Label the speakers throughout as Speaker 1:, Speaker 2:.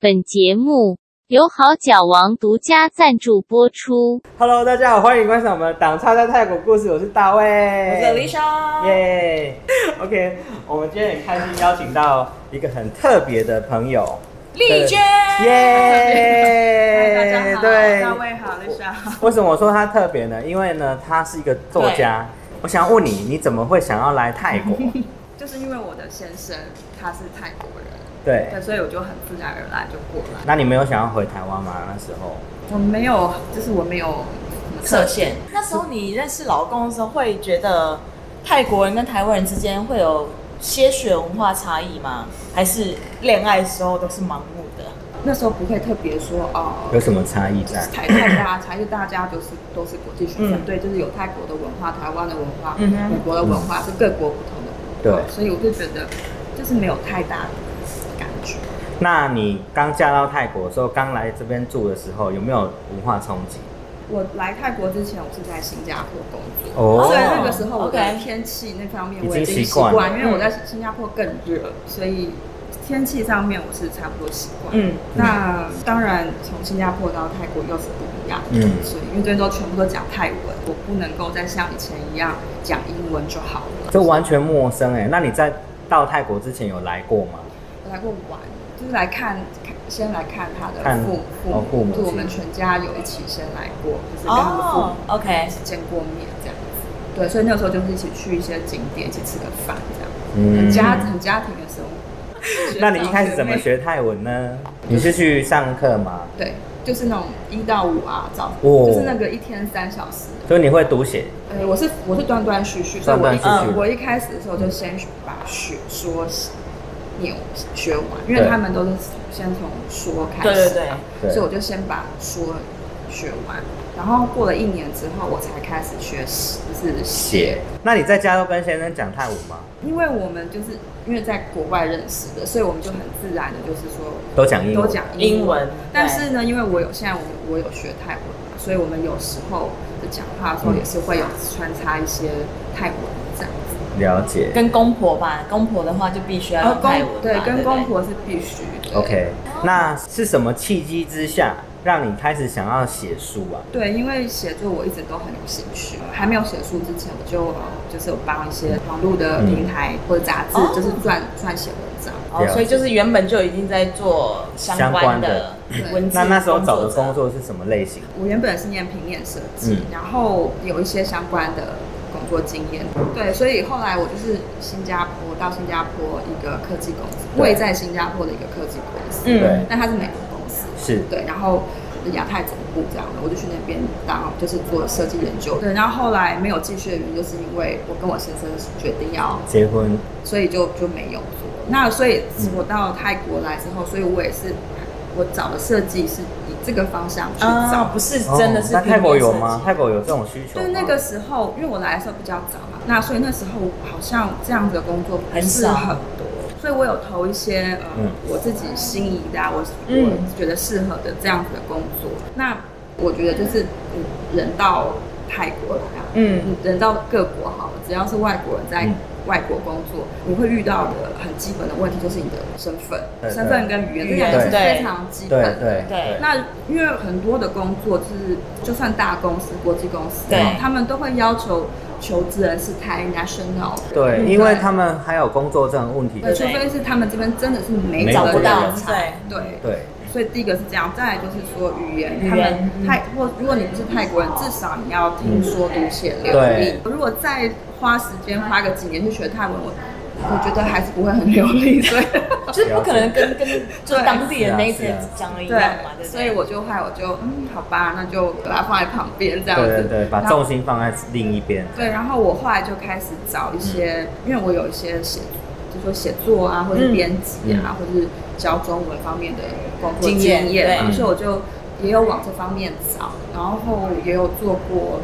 Speaker 1: 本节目由好脚王独家赞助播出。
Speaker 2: Hello，大家好，欢迎观赏我们《党差在泰国故事》，我是大卫，
Speaker 3: 我是 Lisa。
Speaker 2: 耶、OK，我们今天很开心邀请到一个很特别的朋友，
Speaker 3: 丽娟。
Speaker 2: 耶、
Speaker 3: 嗨大家好，
Speaker 2: 对，
Speaker 3: 大卫好，Lisa 好。
Speaker 2: 为什么我说他特别呢？因为呢，他是一个作家。我想问你，你怎么会想要来泰 国？
Speaker 3: 就是因为我的先生他是泰国人，
Speaker 2: 对，
Speaker 3: 对，所以我就很自然而然就过来。
Speaker 2: 那你没有想要回台湾吗？那时候
Speaker 3: 我没有，就是我没有
Speaker 4: 设限。那时候你认识老公的时候，会觉得泰国人跟台湾人之间会有些许文化差异吗？还是恋爱的时候都是盲目的？
Speaker 3: 那时候不会特别说哦。
Speaker 2: 有什么差异
Speaker 3: 就是
Speaker 2: 在？
Speaker 3: 台泰大家，才是大家就是都是国际学生，
Speaker 4: 嗯
Speaker 3: 对，就是有泰国的文化、台湾的文化、
Speaker 4: 嗯哼
Speaker 3: 美国的文化，是各国不同的
Speaker 2: 对
Speaker 3: 文化，所以我就觉得就是没有太大的感觉。
Speaker 2: 那你刚嫁到泰国的时候，刚来这边住的时候，有没有文化冲击？
Speaker 3: 我来泰国之前，我是在新加坡工作，
Speaker 2: 哦
Speaker 3: 所以那个时候我的
Speaker 4: OK
Speaker 3: 天气那方面
Speaker 2: 已
Speaker 3: 我
Speaker 2: 经
Speaker 3: 经
Speaker 2: 习
Speaker 3: 习
Speaker 2: 惯了嗯
Speaker 3: 因为我在新加坡更热，所以天气上面我是差不多习惯。
Speaker 4: 嗯，
Speaker 3: 那当然从新加坡到泰国又是不一样，
Speaker 2: 嗯
Speaker 3: 所以因为这边都全部都讲泰文，我不能够再像以前一样讲英文就好了。
Speaker 2: 这完全陌生哎、那你在到泰国之前有来过吗？
Speaker 3: 我来过玩，就是来看，看先来看他
Speaker 2: 看
Speaker 3: 的父父
Speaker 2: 哦父母
Speaker 3: 就是我
Speaker 2: 亲
Speaker 3: 们全家有一起先来过，就是跟他们父母
Speaker 4: 哦、o k
Speaker 3: 见过面这样子。对，所以那个时候就是一起去一些景点，一起吃个饭这样，很
Speaker 2: 嗯
Speaker 3: 家很家庭的生活。
Speaker 2: 那你一开始怎么？学泰文呢？你是去上课吗？
Speaker 3: 对，就是那种一到五啊，早、
Speaker 2: 哦
Speaker 3: 就是那个一天三小时。
Speaker 2: 所以你会读写，
Speaker 3: 呃，我是我是断断续续，所以我
Speaker 2: 断
Speaker 3: 一
Speaker 2: 断续续
Speaker 3: 嗯我一开始的时候就先把学说念学完，因为
Speaker 2: 对
Speaker 3: 他们都是先从说开始，
Speaker 4: 对对对，
Speaker 2: 对
Speaker 3: 所以我就先把说学完，然后过了一年之后，我才开始学就是
Speaker 2: 写。那你在家都跟先生讲泰文吗？
Speaker 3: 因为我们就是因为在国外认识的，所以我们就很自然的，就是说
Speaker 2: 都讲英文。
Speaker 3: 都讲
Speaker 4: 英
Speaker 3: 文。
Speaker 4: 文，
Speaker 3: 但是呢，因为我有现在我我有学泰文嘛，所以我们有时候的讲话的时候
Speaker 2: 嗯
Speaker 3: 也是会有穿插一些泰文这样子。
Speaker 4: 哦
Speaker 2: 了解
Speaker 4: 对。跟公婆吧，公婆的话就必须要用泰文嘛，
Speaker 3: 对
Speaker 4: 对，
Speaker 3: 跟哦公
Speaker 4: 不对。
Speaker 3: 婆是必须的。
Speaker 2: OK，那是什么契机之下让你开始想要写书啊？
Speaker 3: 对，因为写作我一直都很有兴趣，还没有写书之前，我就呃就是有帮一些网络的
Speaker 2: 嗯
Speaker 3: 平台或者杂志，
Speaker 4: 哦
Speaker 3: 就是撰撰写文章。
Speaker 2: 啊
Speaker 4: 哦，所以就是原本就已经在做相关
Speaker 3: 相
Speaker 4: 的
Speaker 3: 关的
Speaker 4: 文字
Speaker 2: 那那时候找的工作
Speaker 4: 作
Speaker 2: 是什么类型？
Speaker 3: 我原本是念平面设计，
Speaker 2: 嗯
Speaker 3: 然后有一些相关的工作经验，对，所以后来我就是新加坡到新加坡一个科技公司，
Speaker 2: 对
Speaker 3: 位在新加坡的一个科技公司，
Speaker 4: 嗯
Speaker 2: 对，
Speaker 3: 但它是美国公司，
Speaker 2: 是
Speaker 3: 对，然后亚太总部这样的，我就去那边当就是做设计研究，对，然后后来没有继续的原因，就是因为我跟我先生决定要
Speaker 2: 结婚，
Speaker 3: 所以就就没有做。那所以我到泰国来之后，所以我也是我找的设计是以这个方向去
Speaker 4: 啊，
Speaker 3: 找，
Speaker 4: 不是真的
Speaker 2: 哦
Speaker 4: 是
Speaker 2: 那
Speaker 4: 平面设计、
Speaker 2: 泰国有吗？泰国有这种需求吗？
Speaker 3: 对，那个时候因为我来的时候比较早嘛，那所以那时候好像这样子的工作不是
Speaker 4: 很少
Speaker 3: 很多，所以我有投一些呃、
Speaker 2: 嗯
Speaker 3: 我自己心仪的、啊，我
Speaker 4: 嗯
Speaker 3: 我觉得适合的这样子的工作。那我觉得就是嗯人到泰国来啊，
Speaker 4: 嗯
Speaker 3: 嗯人到各国好了，只要是外国人在
Speaker 2: 嗯
Speaker 3: 外国工作，你会遇到的很基本的问题就是你的身份
Speaker 2: 对、
Speaker 3: 身份跟语言，这两个
Speaker 2: 对
Speaker 3: 是非常基本
Speaker 2: 对
Speaker 3: 的。
Speaker 2: 对
Speaker 4: 对
Speaker 3: 那因为很多的工作就是，就算大公司、国际公司，
Speaker 4: 对
Speaker 3: 他们都会要求求职人是 Thai national，
Speaker 2: 对，因为他们还有工作证问题。
Speaker 3: 对，
Speaker 4: 对
Speaker 3: 除非是他们这边真的是没
Speaker 2: 没
Speaker 3: 找
Speaker 4: 找
Speaker 2: 有
Speaker 4: 不
Speaker 3: 得
Speaker 4: 到
Speaker 3: 人才，对
Speaker 2: 对，
Speaker 3: 所以第一个是这样，再来就是说语言，
Speaker 4: 语言
Speaker 3: 他们
Speaker 4: 嗯
Speaker 3: 泰或如果你不是泰国人，至少你要听说读写流
Speaker 2: 对。
Speaker 3: 利如果再花时间花个几年去学泰文，我我觉得还是不会很流利，所以。
Speaker 4: 就是不可能 跟跟就是当地人那一次
Speaker 2: 是啊是啊
Speaker 4: 讲的一样
Speaker 3: 对
Speaker 4: 嘛，对不对？
Speaker 3: 所以我就害我就嗯，好吧，那就把它放在旁边这样
Speaker 2: 对
Speaker 3: 子。
Speaker 2: 对对，把
Speaker 3: 然后
Speaker 2: 重心放在另一边。
Speaker 3: 对，然后我后来就开始找一些，因为我有一些写，就说写作啊，或者是编辑啊，或者是教中文方面的工作
Speaker 4: 经
Speaker 3: 经
Speaker 4: 验
Speaker 3: 验嘛，
Speaker 2: 对
Speaker 3: 所以我就也有往这方面找，然后也有做过，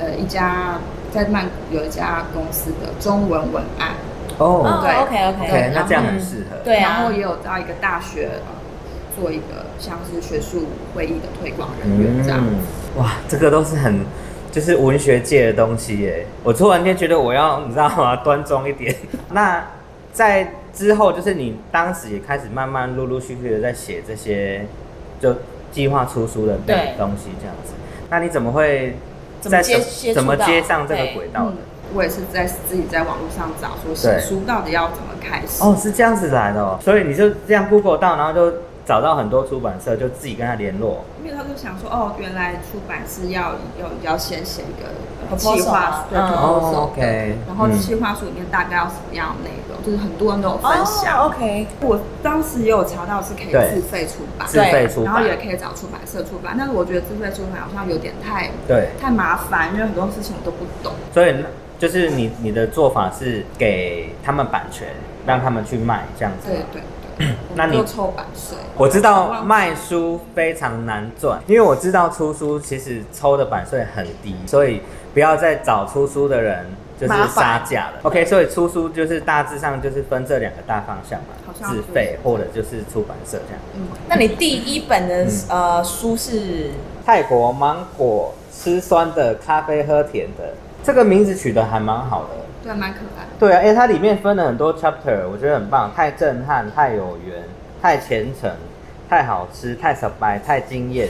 Speaker 3: 呃，一家在曼谷有一家公司的中文文案，
Speaker 4: 哦
Speaker 2: 哦
Speaker 3: 对
Speaker 4: ，OK OK，
Speaker 2: ，OK，那这样
Speaker 4: 然后
Speaker 2: 很适合。
Speaker 4: 对啊
Speaker 3: 然后也有到一个大学、呃做一个像是学术会议的推广人员这样。
Speaker 2: 嗯，哇，这个都是很就是文学界的 东西耶。我突然间觉得我要你知道吗？端庄一点。那在之后就是你当时也开始慢慢陆陆续续的在写这些就计划出书的
Speaker 4: 对
Speaker 2: 东西这样子，那你怎么会
Speaker 4: 怎么
Speaker 2: 在
Speaker 4: 接
Speaker 2: 什
Speaker 4: 接触
Speaker 2: 怎么
Speaker 4: 到
Speaker 2: 接上这个
Speaker 4: 对
Speaker 2: 轨道的？
Speaker 3: 嗯我也是在自己在网络上找
Speaker 2: 对
Speaker 3: 说写书到底要怎么开始。
Speaker 2: 哦，是这样子来的哦，所以你就这样 Google 到，然后就找到很多出版社，就自己跟他联络。
Speaker 3: 因为他就想说，哦，原来出版是要有要先写一个呃
Speaker 4: Proposal
Speaker 3: 计划
Speaker 4: 啊
Speaker 3: 书，对
Speaker 4: 嗯
Speaker 3: proposal，
Speaker 2: 哦，OK，
Speaker 3: 然后
Speaker 2: 嗯
Speaker 3: 计划书里面大概要什么样的内容，就是很多人都有分享。
Speaker 4: 哦，OK，
Speaker 3: 我当时也有查到是可以
Speaker 2: 对
Speaker 3: 自费出版，
Speaker 2: 自费出版
Speaker 3: 然后也可以找出版社出版，但是我觉得自费出版好像有点太
Speaker 2: 对，
Speaker 3: 太麻烦，因为很多事情我都不懂。
Speaker 2: 所以那就是你你的做法是给他们版权，让他们去卖这
Speaker 4: 嗯
Speaker 2: 样子吗。
Speaker 3: 对对对，
Speaker 2: 那
Speaker 3: 我们就
Speaker 2: 你
Speaker 3: 抽版税，
Speaker 2: 我知道卖书非常难赚，因为我知道出书其实抽的版税很低，所以不要再找出书的人就是
Speaker 4: 麻
Speaker 2: 杀
Speaker 4: 烦
Speaker 2: 价了。OK，所以出书就是大致上就是分这两个大方向嘛
Speaker 3: 好，像
Speaker 2: 自
Speaker 3: 是
Speaker 2: 费或者就是出版社这样。
Speaker 3: 嗯，
Speaker 4: 那你第一本的
Speaker 2: 嗯
Speaker 4: 呃书是
Speaker 2: 泰国芒果吃酸的，咖啡喝甜的，这个名字取得还蛮好的。
Speaker 3: 对，蛮可爱的。
Speaker 2: 对啊，哎、它里面分了很多 chapter，我觉得很棒，太震撼，太有缘，太虔诚，太好吃，太 s 白，太惊艳。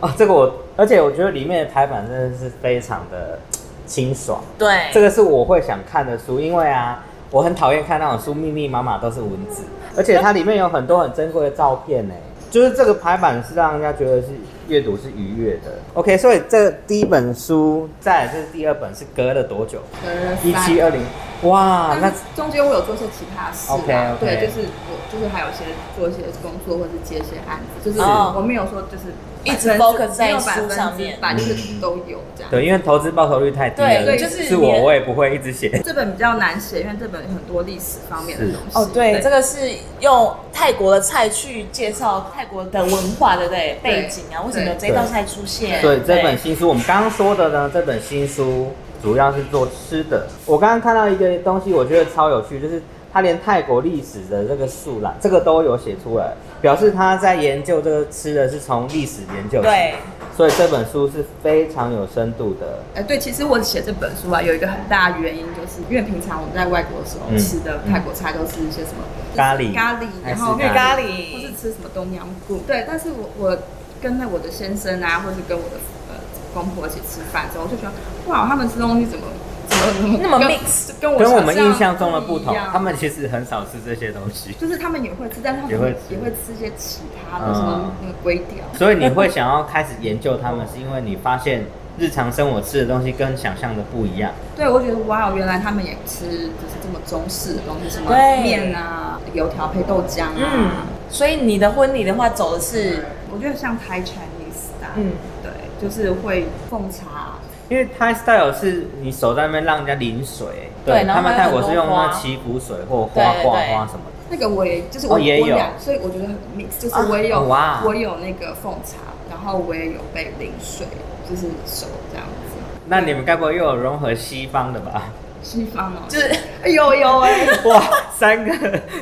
Speaker 2: 哦，这个我，而且我觉得里面的排版真的是非常的清爽，
Speaker 4: 对
Speaker 2: 这个是我会想看的书，因为啊，我很讨厌看那种书密密麻麻都是文字，而且它里面有很多很珍贵的照片呢。 就是这个排版是让人家觉得是阅读是愉悦的。OK，所以这第一本书，再来就是第二本是隔了多久？
Speaker 3: 呃
Speaker 2: 一
Speaker 3: 翻
Speaker 2: 七二零，
Speaker 4: 啊
Speaker 2: 哇，那
Speaker 4: 嗯
Speaker 3: 但是中间我有做一些其他事啊
Speaker 2: OK，OK
Speaker 3: 对，就是我就是还有一些做一些工作或是接一些案子，就是
Speaker 4: 是
Speaker 3: 我没有说就是
Speaker 4: 哦一直
Speaker 3: 百分之
Speaker 4: focus 在
Speaker 3: 没有
Speaker 4: 书
Speaker 3: 百分之
Speaker 4: 上面嗯
Speaker 3: 百就是都有这样。
Speaker 2: 对，因为投资报酬率太低
Speaker 4: 对
Speaker 2: 了，
Speaker 4: 就是
Speaker 2: 是
Speaker 4: 你
Speaker 2: 我我也不会一直写。
Speaker 3: 这本比较难写，因为这本有很多历史方面的东西。
Speaker 4: 哦，对，这个是用泰国的菜去介绍泰国的文化，对不对？
Speaker 3: 对
Speaker 4: 背景啊，为什么有这道菜出现？
Speaker 2: 对，这本新书我们刚刚说的呢，这本新书主要是做吃的。我刚刚看到一个东西，我觉得超有趣，就是他连泰国历史的这个树懒，这个都有写出来，表示他在研究这个吃的是从历史研究起。
Speaker 4: 对，
Speaker 2: 所以这本书是非常有深度的。
Speaker 3: 哎，对，其实我写这本书啊，有一个很大的原因，就是因为平常我们在外国的时候
Speaker 2: 嗯
Speaker 3: 吃的泰国菜都是一些什么
Speaker 2: 咖喱
Speaker 3: 咖喱，
Speaker 2: 还
Speaker 3: 然
Speaker 2: 是
Speaker 3: 后
Speaker 4: 绿咖喱，
Speaker 3: 或是吃什么东阳菇。对，但是我我跟那我的先生啊，或是跟我的呃公婆一起吃饭之后，我就觉得哇，他们吃东西怎么怎么怎么
Speaker 4: 那么
Speaker 3: 跟
Speaker 4: mix
Speaker 3: 跟我
Speaker 2: 跟我
Speaker 3: 想
Speaker 2: 们印象中的不同
Speaker 3: 一，样
Speaker 2: 他们其实很少吃这些东西，
Speaker 3: 就是他们也会吃，但是他们
Speaker 2: 也会吃嗯
Speaker 3: 也会吃一些其他的什么那个龟条。
Speaker 2: 所以你会想要开始研究他们，是因为你发现日常生活吃的东西跟想象的不一样。
Speaker 3: 对，我觉得哇，哦原来他们也吃就是这么中式的东西，什么
Speaker 4: 对
Speaker 3: 面啊、油条配豆浆啊。
Speaker 4: 嗯，所以你的婚礼的话走的是
Speaker 3: 我觉得像 Thai Chinese style，
Speaker 4: 嗯
Speaker 3: 对，就是会奉茶，
Speaker 2: 因为 Thai style 是你手在那边让人家淋水，
Speaker 4: 对然后
Speaker 2: 他们
Speaker 4: 还
Speaker 2: 泰
Speaker 4: 有
Speaker 2: 国是用
Speaker 4: 很多花
Speaker 2: 那祈福水或花
Speaker 4: 对
Speaker 2: 花
Speaker 4: 对
Speaker 2: 花什么的。
Speaker 3: 那个我也就是
Speaker 2: 哦
Speaker 3: 我、
Speaker 2: 也
Speaker 3: 我
Speaker 2: 有
Speaker 3: 两，所以我觉得很 mix，就是
Speaker 2: 啊
Speaker 3: 我也有、
Speaker 2: 哇
Speaker 3: 我有那个奉茶，然后我也有被淋水，就是手这样子，
Speaker 2: 那你们该不会又有融合西方的 吧？
Speaker 3: 西方哦，
Speaker 4: 就是
Speaker 3: 哎有有哎、
Speaker 2: 哇，三个！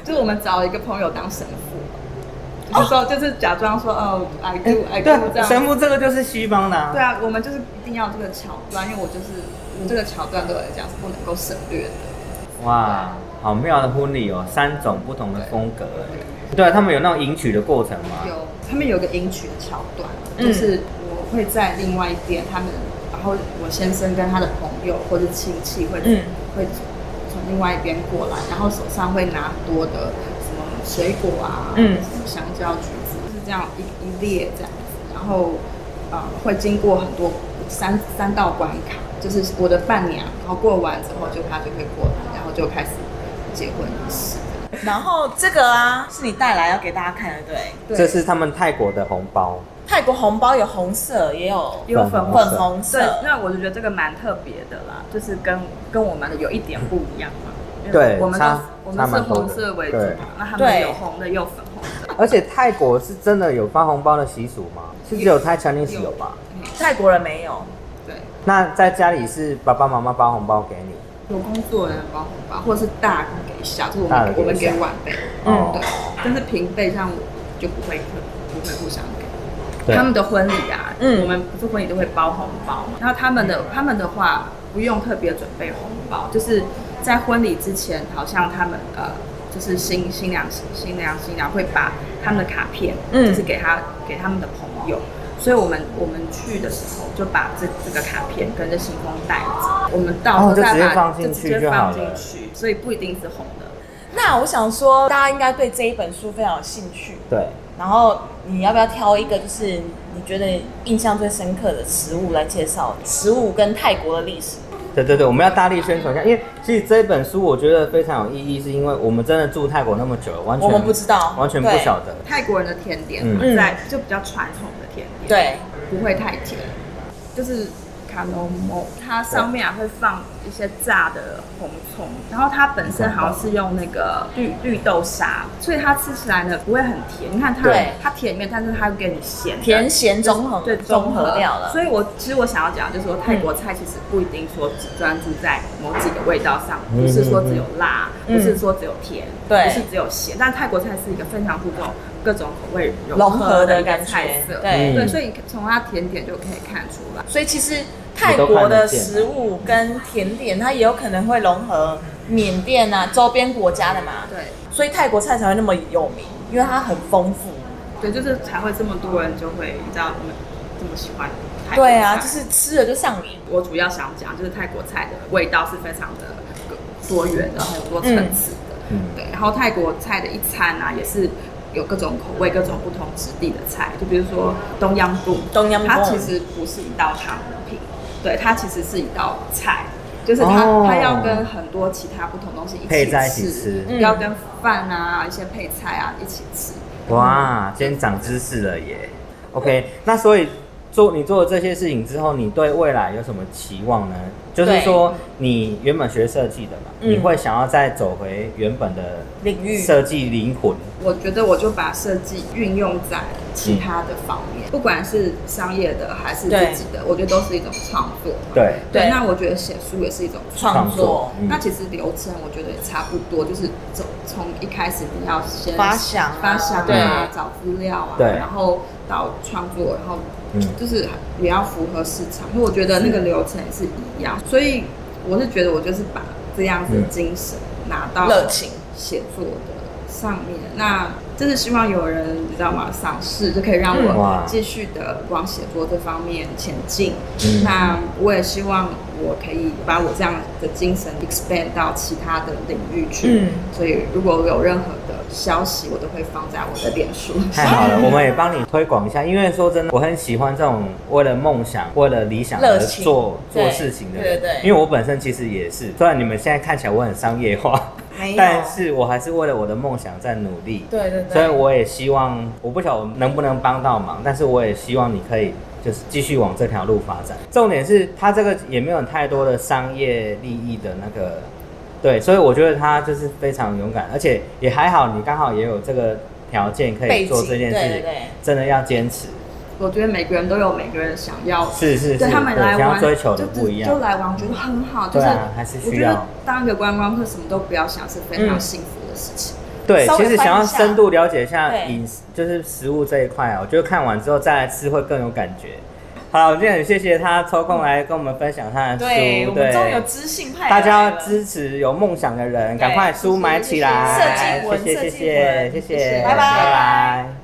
Speaker 3: 就是我们找一个朋友当神父，就是说、就是假装说哦，I
Speaker 4: 哎
Speaker 3: do I
Speaker 2: 对
Speaker 3: do 这
Speaker 2: 啊，
Speaker 3: 样，
Speaker 2: 神父这个就是西方的、啊
Speaker 3: 对。啊，我们就是一定要这个桥段，因为我就是我这个桥段对我来讲是不能够省略的，
Speaker 2: 哇，好妙的婚礼哦，三种不同的风格。对啊，他们有那种迎娶的过程吗？
Speaker 3: 有他们有个迎娶的桥段，
Speaker 4: 嗯
Speaker 3: 就是我会在另外一边，他们然后我先生跟他的朋友或者亲戚会、
Speaker 4: 嗯
Speaker 3: 会从另外一边过来，然后手上会拿很多的什么水果啊，
Speaker 4: 嗯
Speaker 3: 什么香蕉、橘子，就是这样一一列这样子，然后呃会经过很多三三道关卡，就是我的伴娘，然后过完之后就她就会过来，然后就开始结婚仪式。
Speaker 4: 然后这个啊，是你带来要给大家看的，对。
Speaker 3: 对
Speaker 2: 这是他们泰国的红包。
Speaker 4: 泰国红包有红色，也有
Speaker 3: 有粉红
Speaker 2: 色
Speaker 4: 粉红
Speaker 3: 对，
Speaker 4: 色，
Speaker 3: 那我就觉得这个蛮特别的啦，就是跟跟我们的有一点不一样嘛。因为
Speaker 2: 对
Speaker 3: 我们都
Speaker 2: 差
Speaker 3: 是我
Speaker 2: 差
Speaker 3: 们是
Speaker 2: 蛮多的
Speaker 3: 红色为主
Speaker 2: 对
Speaker 3: 嘛，那他
Speaker 4: 对
Speaker 3: 们有红的，有粉红的。
Speaker 2: 而且泰国是真的有发红包的习俗吗？是只有 Thai Chinese 有吧？
Speaker 3: 嗯
Speaker 4: 泰国人没有。
Speaker 3: 对，
Speaker 2: 那在家里是爸爸妈妈包红包给你，
Speaker 3: 有工作人包红包，或者是大人给小，就是我
Speaker 2: 大人
Speaker 3: 们
Speaker 2: 给
Speaker 3: 我们
Speaker 2: 小
Speaker 3: 给晚辈。
Speaker 4: 嗯
Speaker 2: 哦
Speaker 3: 对，但是平辈像我就不会不会互相给。
Speaker 2: 对
Speaker 3: 他们的婚礼啊，
Speaker 4: 嗯
Speaker 3: 我们不是婚礼都会包红包嘛。然后他们
Speaker 2: 嗯
Speaker 3: 的他们的话不用特别准备红包，就是在婚礼之前，好像他们呃就是新新娘新娘新娘会把他们的卡片，
Speaker 4: 嗯
Speaker 3: 就是给他给他们的朋友。所以我们我们去的时候就把这这个卡片跟着信封带着，我们到时
Speaker 2: 哦
Speaker 3: 候
Speaker 2: 就
Speaker 3: 再
Speaker 2: 直接
Speaker 3: 把、
Speaker 2: 放进去
Speaker 3: 直接
Speaker 2: 就好
Speaker 3: 放进
Speaker 2: 了
Speaker 3: 去，所以不一定是红的。
Speaker 4: 那我想说，大家应该对这一本书非常有兴趣。
Speaker 2: 对，
Speaker 4: 然后你要不要挑一个，就是你觉得印象最深刻的食物来介绍？食物跟泰国的历史。
Speaker 2: 对对对，我们要大力宣传一下，因为其实这本书我觉得非常有意义，是因为我们真的住泰国那么久，完全
Speaker 4: 我们不知道
Speaker 2: 完全不
Speaker 4: 对
Speaker 2: 晓得。
Speaker 3: 泰国人的甜点
Speaker 2: 嗯
Speaker 4: 嗯
Speaker 3: 在就比较传统的甜点，
Speaker 4: 对，
Speaker 3: 不会太甜，就是卡农莫，它上面啊还会放一些炸的红葱，然后它本身好像是用那个绿绿豆沙，所以它吃起来呢不会很甜。你看它
Speaker 4: 对
Speaker 3: 它甜面，但是它会给你咸的
Speaker 4: 甜咸中和，
Speaker 3: 对
Speaker 4: 中和掉了。
Speaker 3: 所以我其实我想要讲，就是说泰国菜其实不一定说只专注在某几个味道上，
Speaker 2: 嗯
Speaker 3: 不是说只有辣，
Speaker 4: 嗯
Speaker 3: 不是说只有甜，
Speaker 4: 对
Speaker 3: 不是只有咸。但泰国菜是一个非常注重各种口味
Speaker 4: 融
Speaker 3: 融
Speaker 4: 合
Speaker 3: 合
Speaker 4: 的
Speaker 3: 的
Speaker 4: 感
Speaker 3: 感
Speaker 4: 觉
Speaker 3: 觉，菜色。
Speaker 4: 对
Speaker 2: 嗯
Speaker 3: 对，所以从它甜点就可以看出来。
Speaker 4: 所以其实泰国的食物跟甜点，它也有可能会融合缅甸啊周边国家的嘛，
Speaker 3: 对
Speaker 4: 所以泰国菜才会那么有名，因为它很丰富。
Speaker 3: 对，就是才会这么多人就会你知道我们这么喜欢泰国菜。
Speaker 4: 对啊，就是吃了就上瘾。
Speaker 3: 我主要想讲，就是泰国菜的味道是非常的多元的，很多层次的。
Speaker 2: 嗯
Speaker 3: 对，然后泰国菜的一餐啊，也是有各种口味、各种不同质地的菜，就比如说东阳布，
Speaker 4: 东阳布
Speaker 3: 它其实不是一道汤品，对，它其实是一道菜。就是它
Speaker 2: 哦
Speaker 3: 它要跟很多其他不同东西一起吃，
Speaker 2: 配在一起吃
Speaker 4: 嗯
Speaker 3: 要跟饭啊、一些配菜啊一起吃。
Speaker 2: 哇，今天长知识了耶。OK，那所以做你做了这些事情之后，你对未来有什么期望呢？就是说，你原本学设计的嘛，
Speaker 4: 嗯
Speaker 2: 你会想要再走回原本的
Speaker 4: 领域
Speaker 2: 设计灵魂。
Speaker 3: 我觉得我就把设计运用在
Speaker 2: 嗯
Speaker 3: 其他的方面，不管是商业的还是自己的，我觉得都是一种创作。
Speaker 2: 对，
Speaker 4: 对
Speaker 3: 对，那我觉得写书也是一种创
Speaker 4: 创
Speaker 2: 创
Speaker 4: 作
Speaker 2: 作、嗯
Speaker 3: 那其实流程我觉得也差不多，就是从从一开始你要先
Speaker 4: 发想啊
Speaker 3: 发想
Speaker 4: 对
Speaker 3: 啊，找资料啊，
Speaker 2: 对
Speaker 3: 然后到创作，然后
Speaker 2: 嗯
Speaker 3: 就是也要符合市场，因为我觉得那个流程也是一样，所以我是觉得我就是把这样子的
Speaker 2: 嗯
Speaker 3: 精神拿到
Speaker 4: 热情
Speaker 3: 写作的上面，那就是希望有人你知道吗？赏识就可以让
Speaker 4: 嗯
Speaker 2: 哇
Speaker 3: 我继续的往写作这方面前进。
Speaker 2: 嗯
Speaker 3: 那我也希望我可以把我这样的精神 expand 到其他的领域去。
Speaker 4: 嗯
Speaker 3: 所以如果有任何的消息，我都会放在我的脸书。
Speaker 2: 太好了，我们也帮你推广一下，因为说真的，我很喜欢这种为了梦想、为了理想而
Speaker 4: 热情
Speaker 2: 做
Speaker 4: 对
Speaker 2: 做事情的人。
Speaker 4: 对对对
Speaker 2: 因为我本身其实也是，虽然你们现在看起来我很商业化，
Speaker 4: 没有
Speaker 2: 但是我还是为了我的梦想在努力。
Speaker 4: 对对对
Speaker 2: 所以我也希望，我不晓得我能不能帮到忙，但是我也希望你可以就是继续往这条路发展。重点是它这个也没有太多的商业利益的那个，对，所以我觉得他就是非常勇敢，而且也还好，你刚好也有这个条件可
Speaker 4: 背
Speaker 2: 以
Speaker 4: 景
Speaker 2: 做这件事情，
Speaker 4: 对对对
Speaker 2: 真的要坚持，
Speaker 3: 我觉得每个人都有每个人想要
Speaker 2: 是是是，
Speaker 3: 对他们来
Speaker 2: 想要
Speaker 3: 玩，
Speaker 2: 追求的
Speaker 3: 就
Speaker 2: 不一样
Speaker 3: 就，来玩，我觉得很好。就
Speaker 2: 对
Speaker 3: 是
Speaker 2: 啊还是
Speaker 3: 我
Speaker 2: 需
Speaker 3: 觉
Speaker 2: 要
Speaker 3: 得当一个观光客，什么都不要想，是非常
Speaker 4: 嗯
Speaker 3: 幸福的事情。
Speaker 2: 对，
Speaker 4: 稍微
Speaker 2: 其实
Speaker 4: 翻一
Speaker 2: 想要
Speaker 4: 下
Speaker 2: 深度了解一下
Speaker 4: 对
Speaker 2: 饮食，就是食物这一块啊，我觉得看完之后再来吃会更有感觉。好，我今天很谢谢他抽空来跟我们分享他的书，
Speaker 4: 对，我们终于有
Speaker 2: 对，
Speaker 4: 知性派来
Speaker 2: 大
Speaker 4: 了，
Speaker 2: 家要支持有梦想的人，赶快书买起来，
Speaker 4: 设计文
Speaker 2: 谢谢
Speaker 4: 设计
Speaker 2: 谢谢
Speaker 4: 文
Speaker 2: 谢
Speaker 3: 谢
Speaker 2: 谢，
Speaker 3: 谢
Speaker 4: 拜
Speaker 2: 拜
Speaker 4: 拜
Speaker 2: 拜